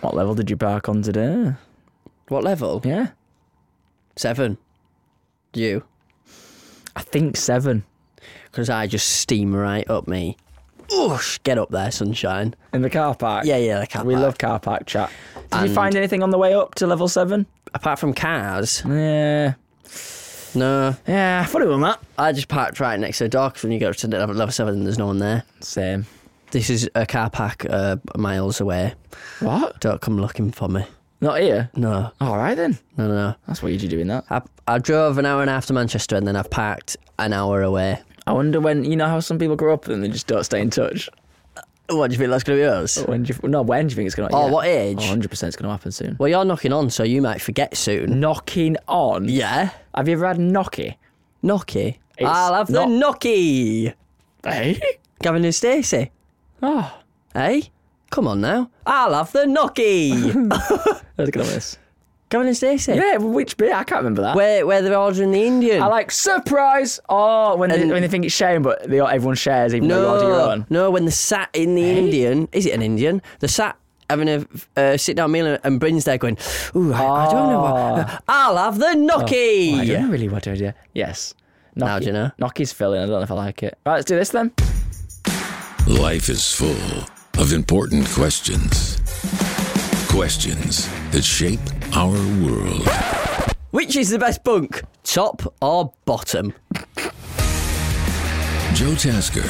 What level did you bark on today? What level? Yeah, Seven. You. I think seven. Because I just steam right up me. Oosh, get up there, sunshine. In the car park? Yeah, yeah, the car We park. love car park chat. Did you find anything on the way up to level seven? Apart from cars, Yeah. no. Yeah, I thought it was that. I just parked right next to the door 'cause when you go to level level seven, there's no one there. Same. This is a car park uh, miles away. What? Don't come looking for me. Not here? No, All right then. no, no. That's what you do doing that. I, I drove an hour and a half to Manchester and then I've parked an hour away. I wonder when, you know how some people grow up and they just don't stay in touch? What, do you think that's going to be us? When do you, no, when do you think it's going to Oh, what age? 100% it's going to happen soon. Well, you're knocking on, so you might forget Mm. soon. Knocking on? Yeah. Have you ever had knocky? Nocky. It's I'll have not- the Nocky. Hey? Gavin and Stacey. Oh. Hey? Come on now. I'll have the Nocky. Let's get on with this. Gavin and Stacey. Yeah, which bit? I can't remember that. Where, where they're ordering the Indian. I like surprise. Oh, when they, And- when they think it's shame, but they, everyone shares, even though you Oh, order your no, own. no, when they're sat in the Indian, is it an Indian? They're sat having a uh, sit down meal and, and Bryn's there going, Ooh, I, I don't know. What, I'll have the Ah. Oh, I Nocky. don't know really what idea. Yes. Knocky, Now do you know? Knocky's filling. I don't know if I like it. Right, let's do this then. Life is full of important questions. Questions that shape our world. Which is the best bunk, top or bottom? Joe Tasker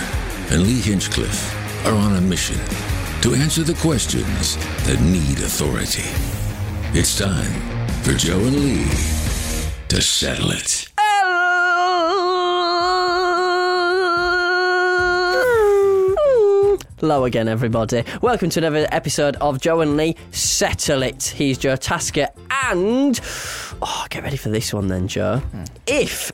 and Lee Hinchcliffe are on a mission to answer the questions that need authority. It's time for Joe and Lee to settle it. Hello again, everybody. Welcome to another episode of Joe and Lee Settle It. He's Joe Tasker, and oh, get ready for this one, then, Joe. If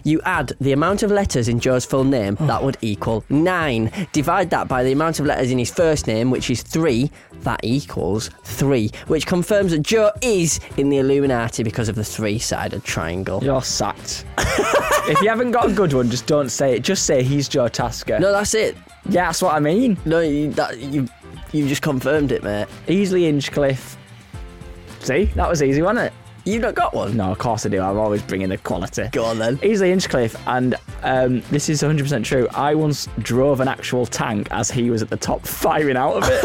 you add the amount of letters in Joe's full name, that would equal nine. Divide that by the amount of letters in his first name, which is three. That equals three, which confirms that Joe is in the Illuminati because of the three-sided triangle. You're sacked. if you haven't got a good one, just don't say it. Just say he's Joe Tasker. No, that's it. Yeah, that's what I mean. No, you, that, you you just confirmed it, mate. Easily Inchcliffe. See, that was easy, wasn't it? You've not got one. No, of course I do. I'm always bringing the quality. Go on then. Easily Inchcliffe, and um, this is 100% true. I once drove an actual tank as he was at the top firing out of it.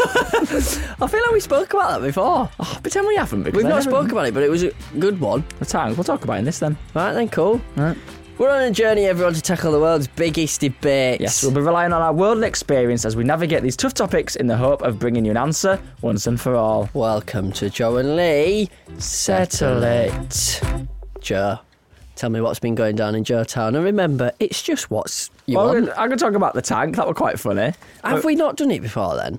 I feel like we spoke about that before. oh, pretend we haven't. because We've I not never- spoken about it, but it was a good one. the tank. We'll talk about it in this then. Right then, cool. We're on a journey, everyone, to tackle the world's biggest debates. Yes, we'll be relying on our world experience as we navigate these tough topics in the hope of bringing you an answer once and for all. Welcome to Joe and Lee. Settle it. Joe, tell me what's been going down in Joe Town. And remember, it's just what's you Well, want. I could talk about the tank. That were quite funny. Have we not done it before then?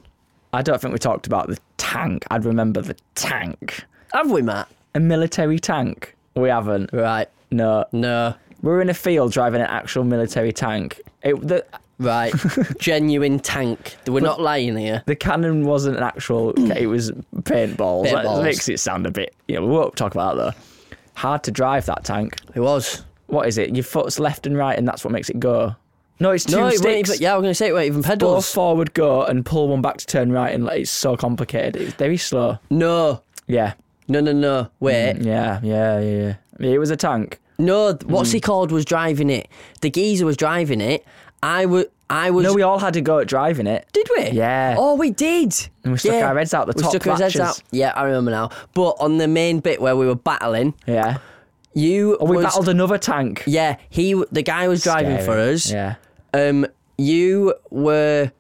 I don't think we talked about the tank. I'd remember the tank. Have we, Matt? A military tank. We haven't. Right. No. No. We We're in a field driving an actual military tank. It, the, Right. Genuine tank. We're not lying here. the cannon wasn't an actual. it was paintballs. That Paintballs. makes it sound a bit. Yeah, we won't talk about that though. Hard to drive that tank. It was. What is it? Your foot's left and right, and that's what makes it go. No, it's two No, it weren't sticks. even, yeah, I'm going to say it weren't even Both pedals. forward go and pull one back to turn right, and like, it's so complicated. It's very slow. No, Yeah, no, no, no. Wait, Mm, yeah, yeah, yeah. yeah. It was a tank. Mm. no. th- What's he called? Was driving it. The geezer was driving it. I was. I was. No, we all had to go at driving it. Did we? Yeah. Oh, we did. And we stuck Yeah. our heads out the we top stuck our heads latches. out. Yeah, I remember now. But on the main bit where we were battling, Yeah. you Oh, we was- battled another tank. Yeah, he w- the guy was driving Scary. for us. Yeah. Um, you were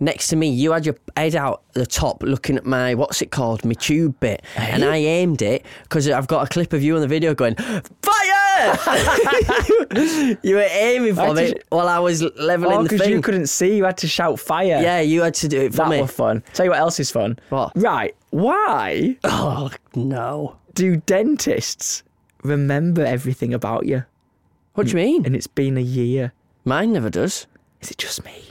next to me. You had your head out the top, looking at my what's it called, my tube bit, Eh? and I aimed it because I've got a clip of you on the video going fire. you were aiming I for had to me sh- while I was leveling Oh, the because thing. you couldn't see, you had to shout fire. yeah, you had to do it for That me. was fun. Tell you what else is fun. What? Right. Why oh no! do dentists remember everything about you? What do you mean? And it's been a year. Mine never does. Is it just me?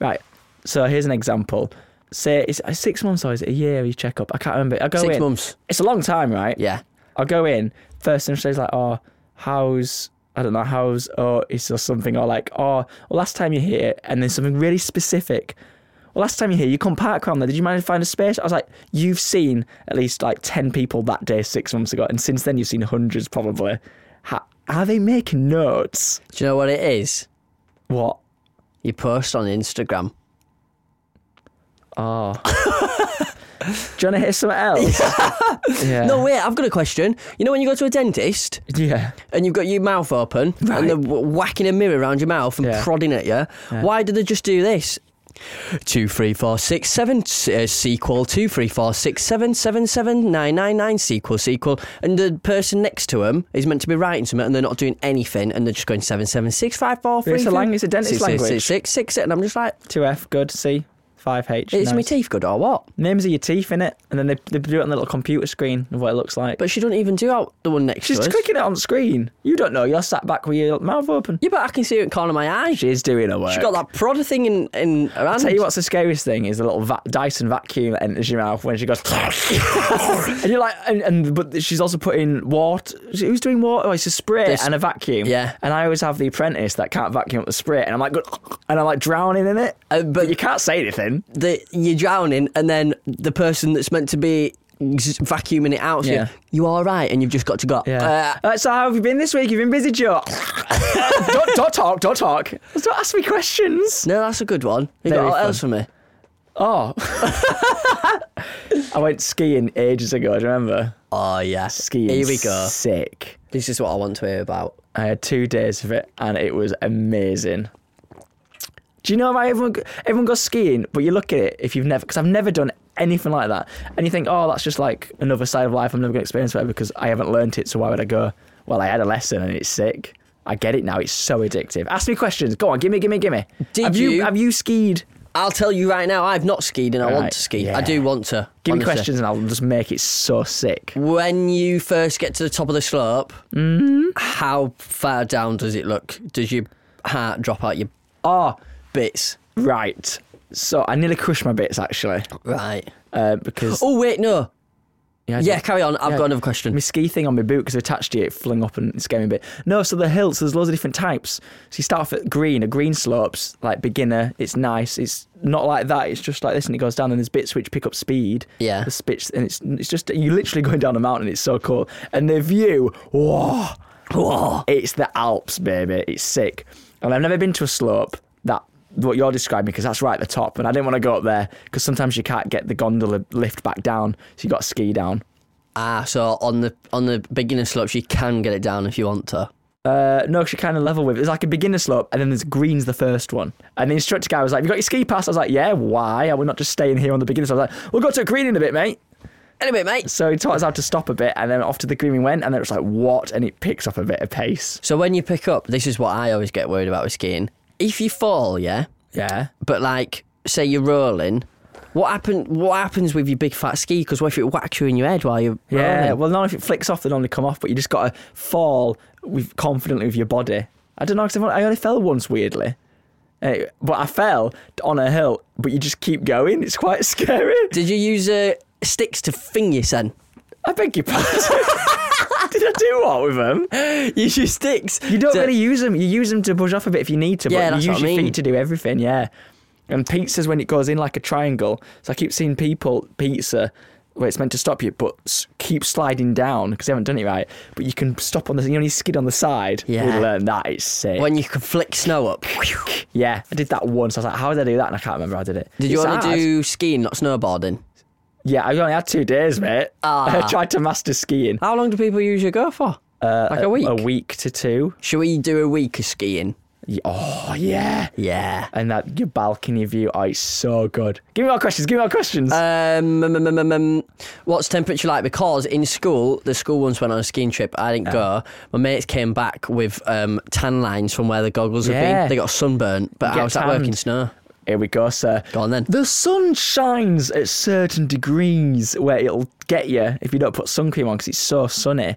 Right. So here's an example. Say it's uh, six months or is it a year? You check up. I can't remember. I go Six in. months. It's a long time, right? Yeah. I'll go in first and she's like, oh, how's I don't know, how's oh it's or something or like, oh, well last time you're here and then something really specific. Well, last time you're here, you couldn't park around there. Did you manage to find a space? I was like, you've seen at least like 10 people that day six months ago. And since then, you've seen hundreds probably. Ha- are they making notes? Do you know what it is? What? You post on Instagram. Oh. Do you want to hear something else? yeah. No, wait, I've got a question. You know when you go to a dentist Yeah. and you've got your mouth open and they're w- whacking a mirror around your mouth and Yeah. prodding at you, why do they just do this? Two three four six seven uh, sequel two three four six seven seven seven nine nine nine sequel sequel and the person next to them is meant to be writing something and they're not doing anything and they're just going seven seven six five four three. It's a three, lang- it's a dentist six, six, language. six, six, six, and I'm just like, 2F, good. C, 5H. is my nice. teeth good or what? Names of your teeth in it. And then they, they do it on the little computer screen of what it looks like. But she don't even do out the one next She's to us. clicking it on screen. You don't know. You're sat back with your mouth open. Yeah, but I can see her in the corner of my eye. She's doing her work. She's got that prodder thing in in her hand. Tell you what's the scariest thing is the little va- Dyson vacuum that enters your mouth when she goes, and you're like, and, and but she's also putting water. Who's doing water? Oh, it's a spray This- and a vacuum. Yeah. And I always have the apprentice that can't vacuum up the spray, and I'm like, go- and I'm like drowning in it. Uh, but- but you can't say anything. The, you're drowning, and then the person that's meant to be z- vacuuming it out, so Yeah. you all right, and you've just got to go. Yeah. Uh, so how have you been this week? You've been busy, Joe. don't, don't talk. Don't talk. Just Don't ask me questions. Uh, no, that's a good one. You got Very all fun. else for me? Oh. I went skiing ages ago. Do you remember? Oh yeah, Skiing. Here we go. Sick. This is what I want to hear about. I had two days of it, and it was amazing. Do you know why everyone go- everyone goes skiing? But you look at it if you've never, because I've never done anything like that, and you think, oh, that's just like another side of life. I'm never going to experience whatever because I haven't learnt it. So why would I go? Well, I had a lesson, and it's sick. I get it now. It's so addictive. Ask me questions. Go on, give me, give me, give me. Did have you- Have you skied? I'll tell you right now, I've not skied, and I want Right, to ski. yeah. I do want to. Give me honestly. Mm. questions, and I'll just make it so sick. When you first get to the top of the slope, Mm-hmm. how far down does it look? Does your heart drop out your Oh, bits? right. So I nearly crushed my bits actually Right. uh, because Oh wait, no. yeah, I Yeah, did. carry on. I've Yeah. got another question. my ski thing on my boot because I attached it, it flung up and scared me a bit. No, so the hills, there's loads of different types. So you start off at green, a green slope's like beginner, it's nice, it's not like that, it's just like this and it goes down, then there's bits which pick up speed. Yeah. There's bits, and it's it's just, you're literally going down a mountain, it's so cool. And the view, whoa, whoa, it's the Alps, baby, it's sick. And I've never been to a slope that what you're describing because that's right at the top and I didn't want to go up there because sometimes you can't get the gondola lift back down so you got to ski down Ah, so on the on the beginner slopes, you can get it down if you want to. Uh, no, 'cause you kind of level with. It's like a beginner slope, and then there's green's the first one. And the instructor guy was like, "Have "You got your ski pass?" I was like, "Yeah." Why? Are we not just staying here on the beginner? slope? I was like, "We'll go to a green in a bit, mate." Anyway, mate. So he taught us how to stop a bit, and then off to the green we went, and then it was like, "What?" And it picks up a bit of pace. So when you pick up, this is what I always get worried about with skiing. If you fall, yeah, Yeah. but like say you're rolling, what happen? What happens with your big fat ski? Because what if it whacks you in your head while you're Yeah. rolling? Well, not if it flicks off, they normally come off, but you just gotta fall with confidently with your body. I don't know because I only fell once weirdly. Uh, But I fell on a hill, but you just keep going. It's quite scary. Did you use uh, sticks to fing your son? I beg your pardon. Did I do what with them? You use sticks. You don't to- really use them. You use them to push off a bit if you need to, but Yeah, you that's use what I your mean. feet to do everything, yeah. And pizza's when it goes in like a triangle. So I keep seeing people pizza where it's meant to stop you, but s- keep sliding down because you haven't done it right. But you can stop on the. You only skid on the side. Yeah. we learned that. It's sick. When you can flick snow up. yeah, I did that once. I was like, how did I do that? And I can't remember how I did it. Did you It's want to hard. do skiing, not snowboarding? Yeah, I only had two days, mate. Ah. I tried to master skiing. How long do people usually go for? Uh, like a, week. A week to two. Should we do a week of skiing? Ye- Oh yeah. Yeah. And that your balcony view, oh, it's so good. Give me more questions. Give me more questions. Um, um, um, um, um, um, what's temperature like? Because in school, the school once went on a skiing trip. I didn't go. My mates came back with um, tan lines from where the goggles had Yeah. been. They got sunburnt, but get I was at work in tanned. snow. Here we go, sir. Go on then. The sun shines at certain degrees where it'll get you if you don't put sun cream on because it's so sunny.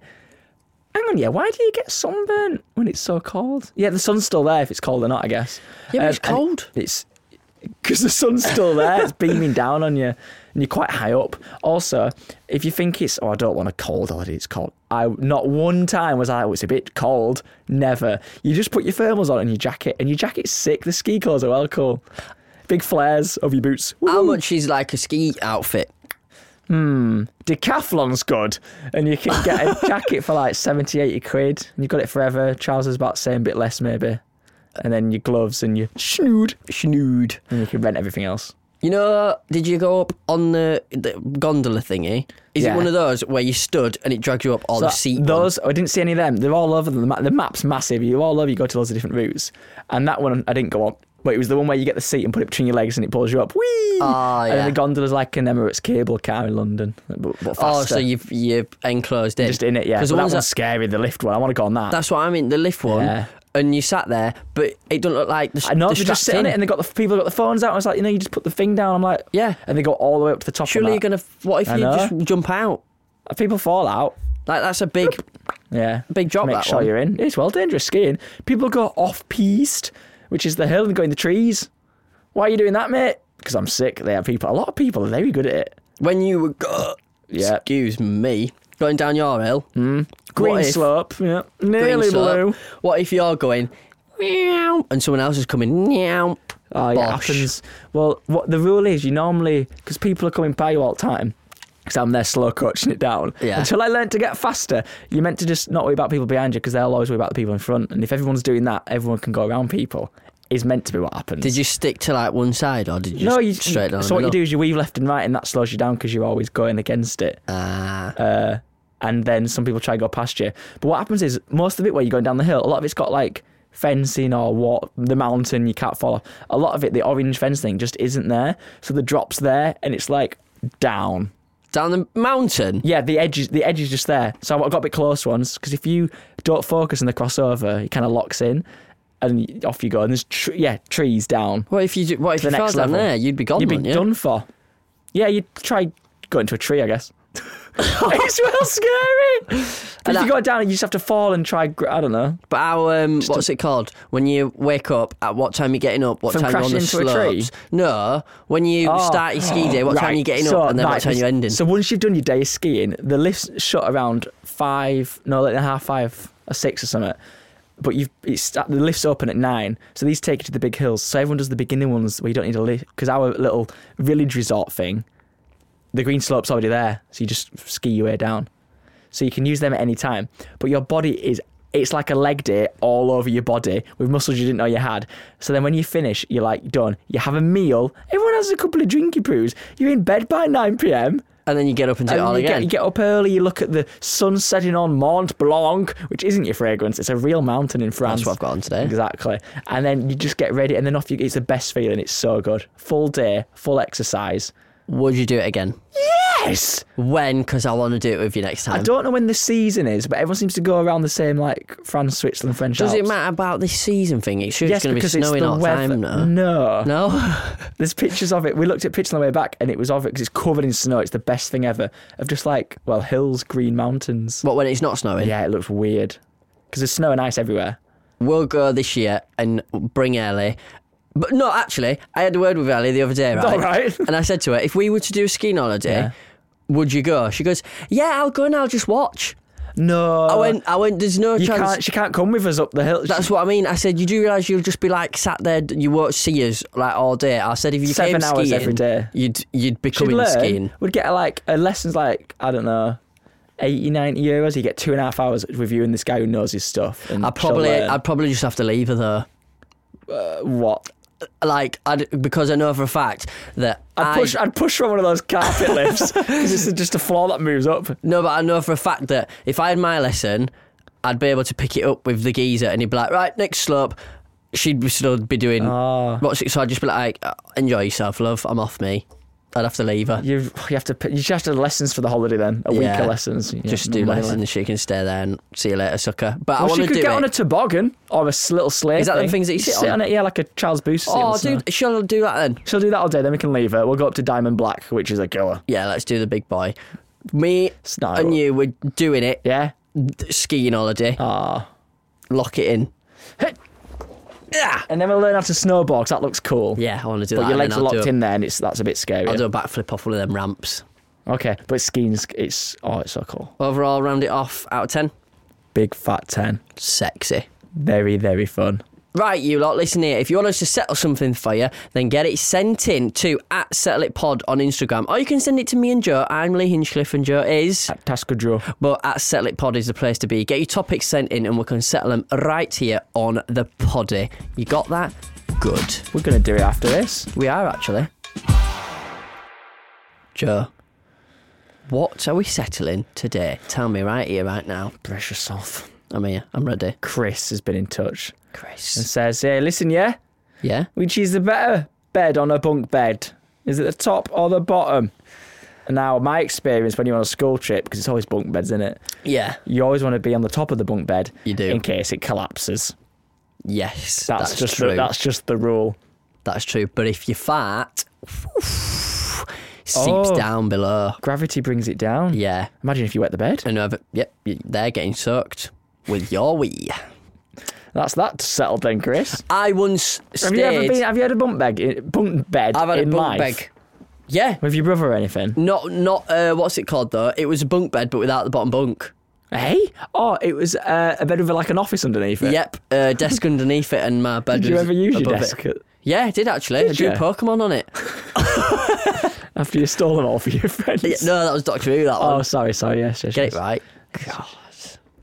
Hang on, yeah. Why do you get sunburn when it's so cold? Yeah, the sun's still there if it's cold or not, I guess. Um, Yeah, but it's and cold. It's because the sun's still there. it's beaming down on you, and you're quite high up. Also, if you think it's oh, I don't want a cold holiday, it's cold. I not one time was I oh, it's a bit cold. Never. You just put your thermals on and your jacket, and your jacket's sick. The ski clothes are well cool. Big flares of your boots. How Woo! Hmm. much is like a ski outfit? Decathlon's good, and you can get a jacket for like 70, 80 quid, and you got it forever. Trousers about the same, bit less maybe, and then your gloves and your schnood, Schnood. and you can rent everything else. You know, did you go up on the, the gondola thingy? Is Yeah. it one of those where you stood and it drags you up all the So seat? one? Those oh, I didn't see any of them. They're all over the map. The map's massive. You all over. You go to loads of different routes, and that one I didn't go on. But it was the one where you get the seat and put it between your legs and it pulls you up. Whee! Ah, And then yeah. the gondola's like an Emirates cable car in London, but, but faster. Oh, so you've you're enclosed in. just in it, yeah. Because Because the that ones one's that, scary. The lift one. I want to go on that. that's what I mean, the lift one. Yeah. And you sat there, but it don't look like the. I know the they're just strapped sitting in. it and they got the people got the phones out. I was like, you know, you just put the thing down. I'm like, Yeah. And they go all the way up to the top. of Surely that. you're gonna. f- What if I you know. just jump out? People fall out. Like that's a big. Yeah. Big drop, Make that sure one. you're in. It's well dangerous skiing. People go off piste, which is the hill and go in the trees. Why are you doing that, mate? Because I'm sick. They are people. A lot of people are very good at it. When you were. Go- Yeah. Excuse me. Going down your hill. Mm. Green slope. Yeah. Nearly blue. What if you're going? Meow, and someone else is coming. Meow. Oh, yeah, it Bosh. happens. Well, what the rule is, you normally because people are coming by you all the time. Because I'm there slow coaching it down. Yeah. Until I learned to get faster, you're meant to just not worry about people behind you because they'll always worry about the people in front. And if everyone's doing that, everyone can go around people. Is meant to be what happens. Did you stick to like one side or did you? no, just you straight down. So what the you do middle? is you weave left and right, and that slows you down because you're always going against it. Uh, Ah. And then some people try to go past you. But what happens is most of it, where you're going down the hill, a lot of it's got like fencing or what the mountain you can't follow. A lot of it, the orange fence thing, just isn't there. So the drop's there, and it's like down. down the mountain. Yeah, the edge is the edge is just there. So I got a bit close once because if you don't focus on the crossover, it kind of locks in, and off you go. And there's tr- yeah trees down. What if you? do- What if The you fell next down level. there? You'd be gone. You'd be wouldn't you? done for. Yeah, you'd try going to a tree, I guess. it's well scary. But if that- you go down, you just have to fall and try. gr- I don't know. But how, um, what's it called? When you wake up, at what time you getting up? What From time you're on the crashing into a tree? slopes? No, when you Oh. start your ski day, what time Right, you getting so, up, and then right, what time you ending? So once you've done your day of skiing, the lifts shut around five, no, like a half five or six or something. But you've it's the lifts open at nine, so these take you to the big hills. So everyone does the beginning ones where you don't need a lift because our little village resort thing, the green slope's already there, so you just ski your way down. So you can use them at any time, but your body is. It's like a leg day all over your body with muscles you didn't know you had. So then when you finish, you're like done. You have a meal. Everyone has a couple of drinky poos. You're in bed by 9 p.m. and then you get up and do it And all you, again. Get, you get up early, you look at the sun setting on Mont Blanc, which isn't your fragrance, it's a real mountain in France. what I've got on today. Exactly. And then you just get ready, and then off you It's the best feeling. It's so good. Full day, full exercise. Would you do it again? Yes! When? Because I want to do it with you next I time. don't know when the season is, but everyone seems to go around the same, like France, Switzerland, French Does it Alps. matter about this season thing? It's sure Yes, it's going to be because it's snowing the all the weather. time. No. No. No? There's pictures of it. We looked at pictures on the way back, and it was of it because it's covered in snow. It's the best thing ever. Of just like, well, hills, green mountains. what, when it's not snowing? Yeah, it looks weird because there's snow and ice everywhere. We'll go this year and bring Ellie. But no, actually, I had a word with Ellie the other day, right? All right. And I said to her, if we were to do a skiing holiday, Yeah. would you go? She goes, yeah, I'll go and I'll just watch. No. I went. I went. There's no Oh. you chance. can't, she can't come with us up the hill. That's what I mean. I said, you do realise you'll just be like sat there, you won't see us like all day. I said, if you Seven came hours skiing, every day. you'd you'd be she'd coming learn. skiing. Would get like a lessons like I don't know. 80, 90 euros, you get two and a half hours reviewing this guy who knows his stuff. And I probably, she'll learn. I'd probably just have to leave her though. what? Like, I'd, because I know for a fact that I'd I- push, I'd push her on one of those carpet lifts because it's just a floor that moves up. No, but I know for a fact that if I had my lesson, I'd be able to pick it up with the geezer, and he'd be like, "Right, next slope." She'd be- still be doing Ah. what's it? So I'd just be like, "Uh, "Enjoy yourself, love. I'm off me." I'd have to leave her. You you have to p- you just have to lessons for the holiday then a week Yeah. of lessons. Yeah, just do no money lessons. left. She can stay there and see you later, sucker. But I Well, she want to could do get it. on a toboggan or a s- little sleigh. Is that the thing. things that you sit on? it? Yeah, like a Charles Booth. sit on oh, the snow. dude, shall I do that then? She'll do that all day. Then we can leave her. We'll go up to Diamond Black, which is a killer. Yeah, let's do the big boy. Me not how it and you were doing it. Yeah. d- Skiing holiday. Ah, lock it in. Hey. And then we'll learn how to snowboard. 'cause that looks cool. Yeah, I want to do But that. your and legs then are I'll do locked a- in there, and it's that's a bit scary. I'll do a backflip off one of them ramps. Okay, but skiing's it's oh, it's so cool. Overall, round it off out of 10. Big fat ten, Sexy. very very fun. Right, you lot, listen here. If you want us to settle something for you, then get it sent in to at Settle It Pod on Instagram. Or you can send it to me and Joe. I'm Lee Hinchcliffe and Joe is. Tasker draw. But at Settle It Pod is the place to be. Get your topics sent in and we can settle them right here on the poddy. You got that? Good. We're gonna do it after this. We are actually. Joe, what are we settling today? Tell me right here, right now. Brace yourself. I'm here. I'm ready. Chris has been in touch and Chris. says, "Hey, listen, yeah, Yeah? which is the better bed on a bunk bed? Is it the top or the bottom?" And Now, my experience when you're on a school trip, because it's always bunk beds, isn't it? Yeah. You always want to be on the top of the bunk bed. You do. in case it collapses. Yes. That's, That's, just true. The, that's just the rule. That's true. But if you fart, seeps Oh. down below. Gravity brings it down. Yeah. Imagine if you wet the bed. And whoever, yep, y- they're getting soaked with your wee. That's that settled then, Chris. I once stayed. Have you ever been? Have you had a bunk bed? Bunk bed I've had in a bunk life bed. Yeah. with your brother or anything? Not, not, uh, what's it called though? It was a bunk bed, but without the bottom bunk. Hey, oh, it was uh, a bed with like an office underneath it. Yep. Uh, desk underneath it and my bed Did you was ever use your above desk It. Yeah, I did actually. I Did drew you? Pokemon on it. after you stole them all for your friends? Yeah, no, that was Doctor Who, that one. Oh, sorry, sorry. Yes, yes. Get it yes. right. God.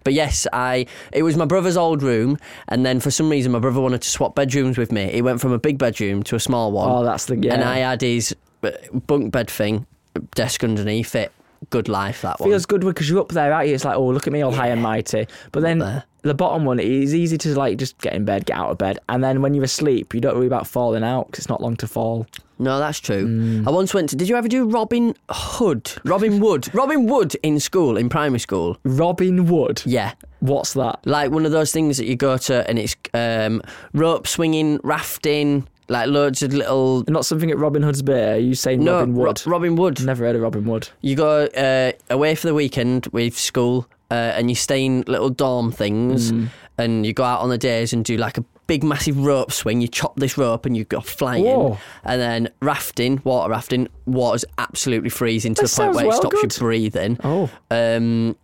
But yes, I it was my brother's old room, and then for some reason my brother wanted to swap bedrooms with me. He went from a big bedroom to a small one. Oh, that's the- yeah. And I had his uh, bunk bed thing, desk underneath it. Good life that one. Feels good because you're up there, out here. It's like, oh, look at me, all high and mighty. But then there. the bottom one, it's easy to like just get in bed, get out of bed, and then when you're asleep, you don't worry about falling out because it's not long to fall. No, that's true. Mm. I once went to. Did you ever do Robin Hood? Robin Wood. Robin Wood in school, in primary school. Robin Wood. Yeah. What's that? Like one of those things that you go to and it's um, rope swinging, rafting, like loads of little. Not something at Robin Hood's Bay. Are you saying No, Robin Ro- Wood? Robin Wood. Never heard of Robin Wood. You go uh, away for the weekend with school uh, and you stay in little dorm things Mm. and you go out on the days and do like a big massive rope swing. You chop this rope and you go flying. Whoa. And then rafting, water rafting, water's absolutely freezing to That the point sounds where it well stops good. you breathing. Oh. Um,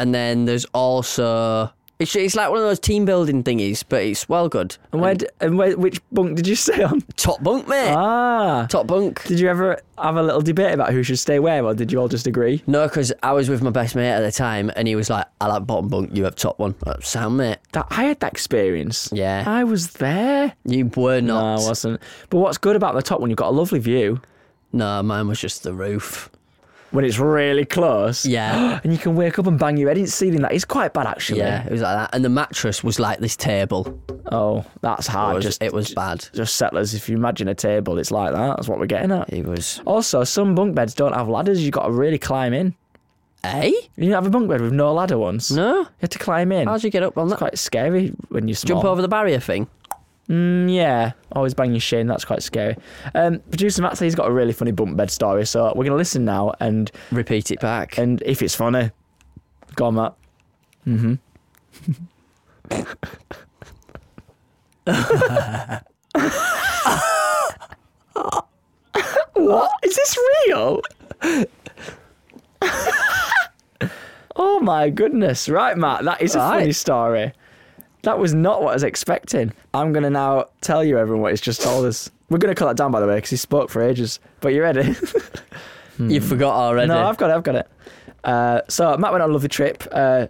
and then there's also. It's, it's like one of those team building thingies, but it's well good. And where, d- and where, which bunk did you stay on? Top bunk, mate. Ah. Top bunk. Did you ever have a little debate about who should stay where, or did you all just agree? No, because I was with my best mate at the time, and he was like, "I like bottom bunk. You have top one. i Sound mate, That I had that experience. Yeah. I was there. you were No, I not. wasn't. But what's good about the top one, you've got a lovely view No, mine was just the roof. when it's really close. Yeah. and you can wake up and bang your head into the ceiling. That is quite bad, actually. Yeah, it was like that, and the mattress was like this table. Oh, that's It hard. was, just it was bad. just settlers. If you imagine a table, it's like that. That's what we're getting at. It was. Also, some bunk beds don't have ladders. You've got to really climb in. Eh? You didn't have a bunk bed with no ladder once. No. You had to climb in. How'd you get up on that? Quite scary when you small. Jump over the barrier thing. Yeah, oh, always bang your shin. That's quite scary. Um, producer Matt says he's got a really funny bunk bed story, so we're going to listen now and Repeat it back. and if it's funny, go on, Matt. Mm-hmm. Mm-hmm. what is this real? oh Oh my goodness. Right, Matt, that is a Right. funny story. That was not what I was expecting. I'm going to now tell you everyone what he's just told us. We're going to cut that down, by the way, because he spoke for ages. But you ready? You forgot already. Um, no, I've got it, I've got it. Uh, so, Matt went on a lovely trip uh,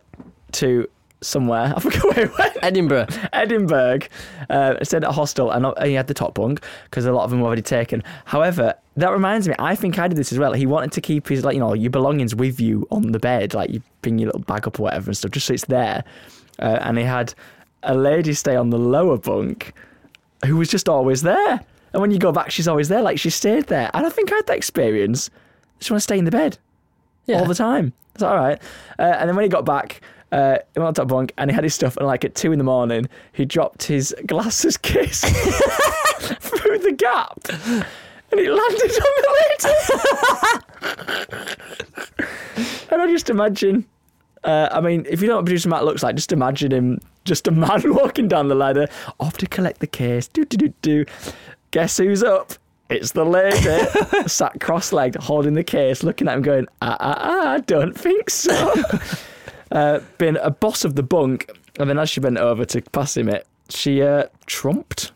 to somewhere. I forget where he went. Edinburgh. Edinburgh uh, stayed at a hostel and, and he had the top bunk because a lot of them were already taken. However, that reminds me, I think I did this as well. He wanted to keep his like you know your belongings with you on the bed, like you bring your little bag up or whatever and stuff, just so it's there. Uh, and he had a lady stay on the lower bunk who was just always there. And when you go back, she's always there, like she stayed there. And I think I had that experience. Just want to stay in the bed all the time. It's all right. Uh, and then when he got back, uh, he went on top bunk and he had his stuff. And like at two in the morning, he dropped his glasses case through the gap, and it landed on the lid. and I just imagine. Uh, I mean, if you know what producer Matt looks like, just imagine him, just a man walking down the ladder, off to collect the case. Do do do do. Guess who's up? It's the lady sat cross-legged, holding the case, looking at him, going, "Ah ah ah, I don't think so." uh, been a boss of the bunk, and then as she bent over to pass him it, she uh, trumped,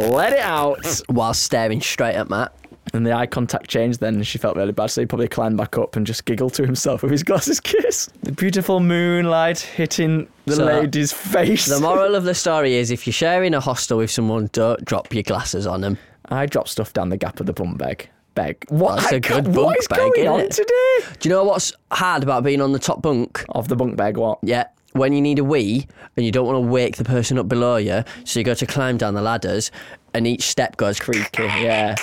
let it out, While staring straight at Matt. and the eye contact changed then, and she felt really bad, so he probably climbed back up and just giggled to himself with his glasses kiss. The beautiful moonlight hitting the So that- lady's face. The moral of the story is if you're sharing a hostel with someone, don't drop your glasses on them. I dropped stuff down the gap of the bunk bag. Beg. What, That's a I can't- good what bunk is bag, going innit? on today? Do you know what's hard about being on the top bunk? Of the bunk bag, what? Yeah, when you need a wee and you don't want to wake the person up below you, so you go to climb down the ladders and each step goes creak Yeah.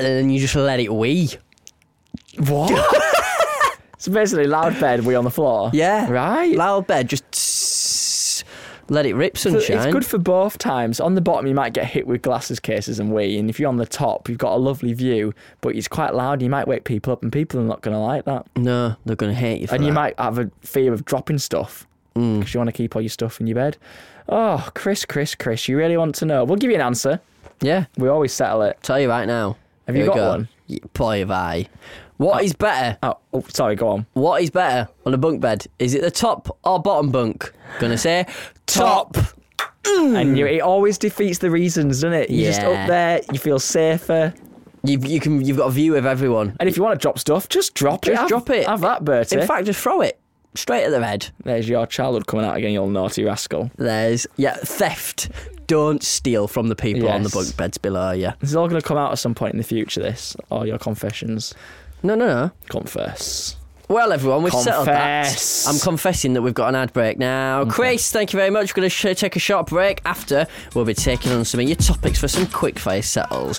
and then you just let it wee. What? so basically, loud bed, we on the floor. Yeah. Right. Loud bed, just tss, let it rip, So sunshine. it's good for both times. On the bottom, you might get hit with glasses cases and wee, and if you're on the top, you've got a lovely view, but it's quite loud. You might wake people up, and people are not going to like that. no, they're going to hate you for and you that. might have a fear of dropping stuff Mm. because you want to keep all your stuff in your bed. Oh, Chris, Chris, Chris, you really want to know? We'll give you an answer. Yeah, We always settle it. tell you right now. Have you Here we got go. one? Y- Boy, have I. What is better? Oh, oh sorry, go on. What is better on a bunk bed? Is it the top or bottom bunk? Gonna say top. And you, it always defeats the reasons, doesn't it? You're just Hmm. Yeah. up there, you feel safer. You've, you can. You've got a view of everyone. And if you want to drop stuff, just drop it. Just Have- drop it. Have that, Bertie. In fact, just throw it straight at their head. There's your childhood coming out again, you old naughty rascal. There's yeah, theft. Don't steal from the people on the Yes. bunk beds below you. This is all going to come out at some point in the future, this. All your confessions. No, no, no. Confess. Well, everyone, we've settled that. Confess. I'm confessing that we've got an ad break now. Chris, thank you very much. We're going to sh- take a short break. After, we'll be taking on some of your topics for some quickfire settles.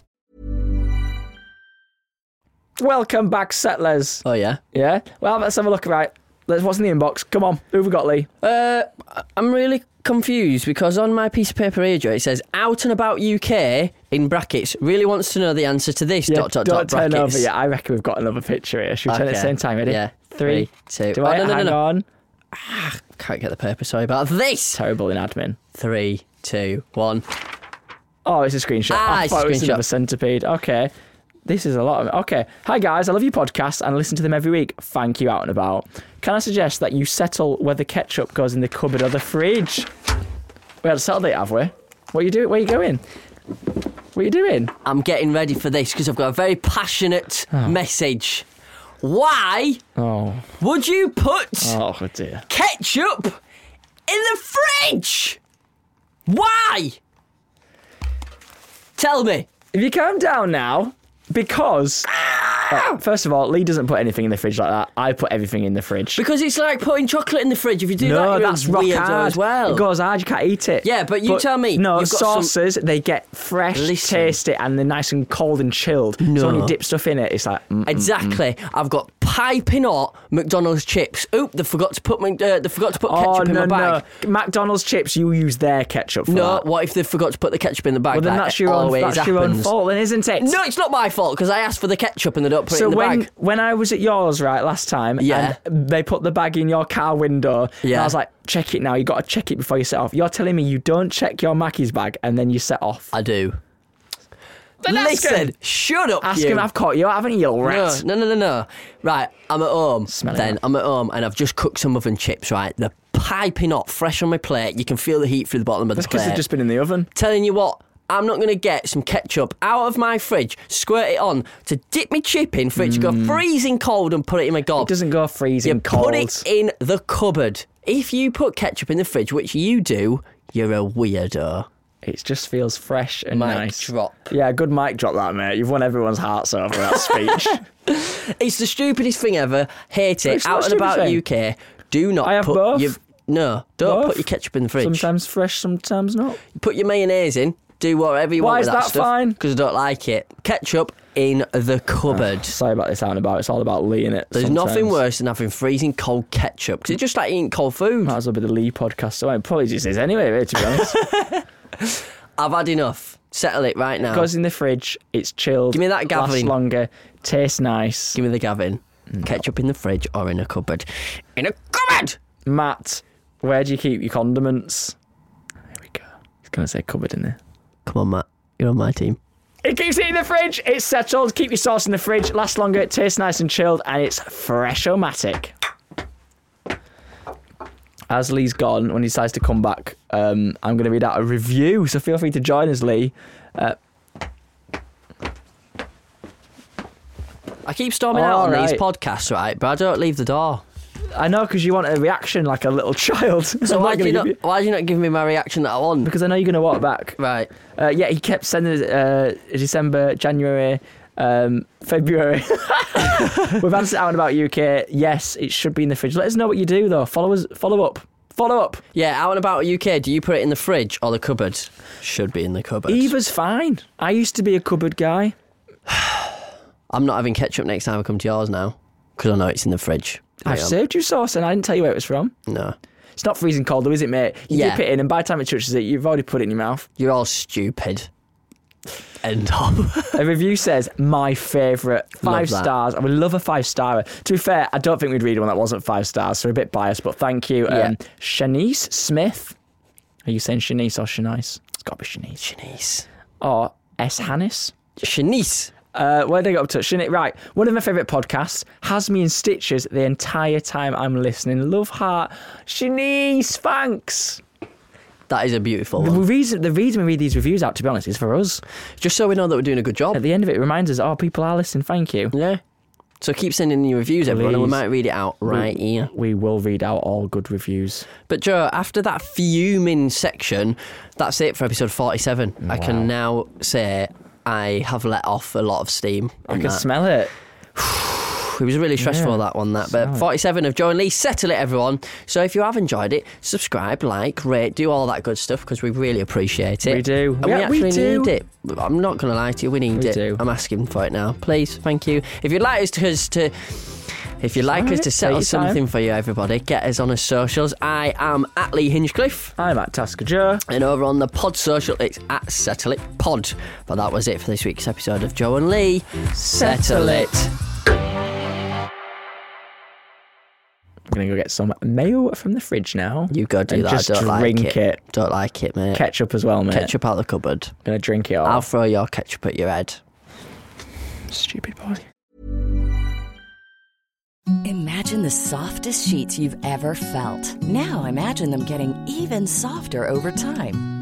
Welcome back, settlers. Oh, yeah. Yeah? Well, let's have a look, right? Let's, what's in the inbox? Come on. Who have we got, Lee? Uh, I'm really confused because on my piece of paper here, Joe, it says out and about UK in brackets. Really wants to know the answer to this. dot don't dot dot turn brackets. over yet. I reckon we've got another picture here. Should we turn it at the Okay. same time? Ready? Yeah. Three, Three, two- Do Oh, I no, no, no, hang no. on? Can't get the paper. Sorry about this. Terrible in admin. Three, two, one. Oh, it's a screenshot. Ah, I it's a thought it was screenshot. another centipede. Okay. This is a lot of Okay. Hi, guys. I love your podcasts and I listen to them every week. Thank you, Out and About. Can I suggest that you settle whether ketchup goes in the cupboard or the fridge? We had a settle date, have we? What you doing? Where you going? What you doing? I'm getting ready for this because I've got a very passionate message. Why Oh. would you put Oh, dear. ketchup in the fridge? Why? Tell me. If you calm down now, because. Uh, first of all, Lee doesn't put anything in the fridge like that. I put everything in the fridge. Because it's like putting chocolate in the fridge. If you do no, that, you're that's a rock weirdo hard. as well. It goes hard. You can't eat it. Yeah, but you tell me, No, you've got some- sauces they get fresh, Listen. tasty, and they're nice and cold and chilled. So when No. you dip stuff in it, it's like mm. Exactly. I've got piping hot McDonald's chips. Oop! They forgot to put Mc- uh, they forgot to put ketchup oh in no my bag. no McDonald's chips. You use their ketchup. For No, that. what if they forgot to put the ketchup in the bag? well then That that's your own. always That's your own happens. fault, then isn't it? No, it's not my fault because I asked for the ketchup and they don't put it So in the when bag. when I was at yours right last time, Yeah. and they put the bag in your car window, and Yeah. I was like, check it now. You got to check it before you set off. You're telling me you don't check your Mackey's bag and then you set off. I do. Then ask Listen, him. shut up. Ask you. him. I've caught you, haven't you, you little no, rat? no, no, no, no. Right, I'm at home. Smelly then rat. I'm at home and I've just cooked some oven chips. Right, they're piping hot, fresh on my plate. You can feel the heat through the bottom of That's the because plate. they've just been in the oven. telling you what, I'm not going to get some ketchup out of my fridge, squirt it on to dip my chip in for it to go freezing cold and put it in my gob. Mm. It doesn't go freezing you cold. put it in the cupboard. If you put ketchup in the fridge, which you do, you're a weirdo. It just feels fresh and Mic nice. drop. Yeah, good mic drop that, mate. You've won everyone's hearts over that speech. It's the stupidest thing ever. Hate it. It's not Out and a about stupid UK. Do not I have put both. your no. Don't Both. put your ketchup in the fridge. sometimes fresh, sometimes not. Put your mayonnaise in. Do whatever you Why want is with that, that fine? Because I don't like it. Ketchup in the cupboard. Sorry about this out and about. It's all about Lee in it. There's nothing worse than having freezing cold ketchup because it's just like eating cold food. Might as well be the Lee podcast. So it probably just is anyway, really, to be honest. I've had enough. Settle it right now. Goes in the fridge. It's chilled. Give me that Lasts Gavin. longer. Tastes nice. Give me the Gavin. Mm. Ketchup in the fridge or in a cupboard. In a cupboard. Matt, where do you keep your condiments? There we go. He's going to say cupboard in there. Come on, Matt. You're on my team. It keeps it in the fridge. It's settled. Keep your sauce in the fridge. Lasts longer. It tastes nice and chilled, and it's fresh-o-matic. As Lee's gone, when he decides to come back, um, I'm going to read out a review. So feel free to join us, Lee. I keep storming out All on these right. podcasts, right? But I don't leave the door. I know because you want a reaction like a little child. So I'm why not do gonna you not? give you- Why do you not give me my reaction that I want? Because I know you're going to walk back. Right. Uh, yeah, he kept sending us, uh, December, January, um, February. We've answered out and about UK. Yes, it should be in the fridge. Let us know what you do though. Follow us. Follow up. Follow up. Yeah. Out and about UK. Do you put it in the fridge or the cupboard? Should be in the cupboard. Eva's fine. I used to be a cupboard guy. I'm not having ketchup next time I come to yours now because I know it's in the fridge. I've Yeah. served you sauce and I didn't tell you where it was from. No. It's not freezing cold though, is it, mate? You Yeah. dip it in and by the time it touches it, you've already put it in your mouth. You're all stupid. End of. A review says, my favourite. Five Love that. stars. I would love a five star. To be fair, I don't think we'd read one that wasn't five stars, so we're a bit biased, but thank you. Um, Yeah. Shanice Smith. Are you saying Shanice or Shanice? It's got to be Shanice. Shanice. Or S. Hannis. Shanice. Uh, where did I get up to? Shouldn't it? Right. One of my favourite podcasts has me in stitches the entire time I'm listening. Love heart. Shanice, thanks. That is a beautiful The one. reason, the reason we read these reviews out, to be honest, is for us. Just so we know that we're doing a good At job. the end of it, it reminds us, oh, people are listening. Thank you. Yeah. So keep sending your reviews, everyone, and we Please. might read it out right here. We will read out all good reviews. But Joe, after that fuming section, that's it for episode forty-seven. I can now say I have let off a lot of steam. I on can that. smell it. It was really stressful Yeah, that one, that. But 47 of Joe and Lee, settle it, everyone. So if you have enjoyed it, subscribe, like, rate, do all that good stuff because we really appreciate it. We do. And Yeah, we we actually do. need it. I'm not going to lie to you, we need We it. do. I'm asking for it now. Please, thank you. If you'd like us to. Us to if you'd like us alright, to take settle your time. something for you, everybody, get us on our socials. I am at Lee Hinchcliffe. I'm at Tasker Joe. And over on the pod social, it's at Settle It Pod. But that was it for this week's episode of Joe and Lee. Settle, Settle it. I'm gonna go get some mayo from the fridge now. You go do and that. Just I don't drink like it. it. Don't like it, mate. Ketchup Oh. as well, mate. Ketchup out the cupboard. I'm gonna drink it all. I'll throw your ketchup at your head. Stupid boy. Imagine the softest sheets you've ever felt. Now imagine them getting even softer over time.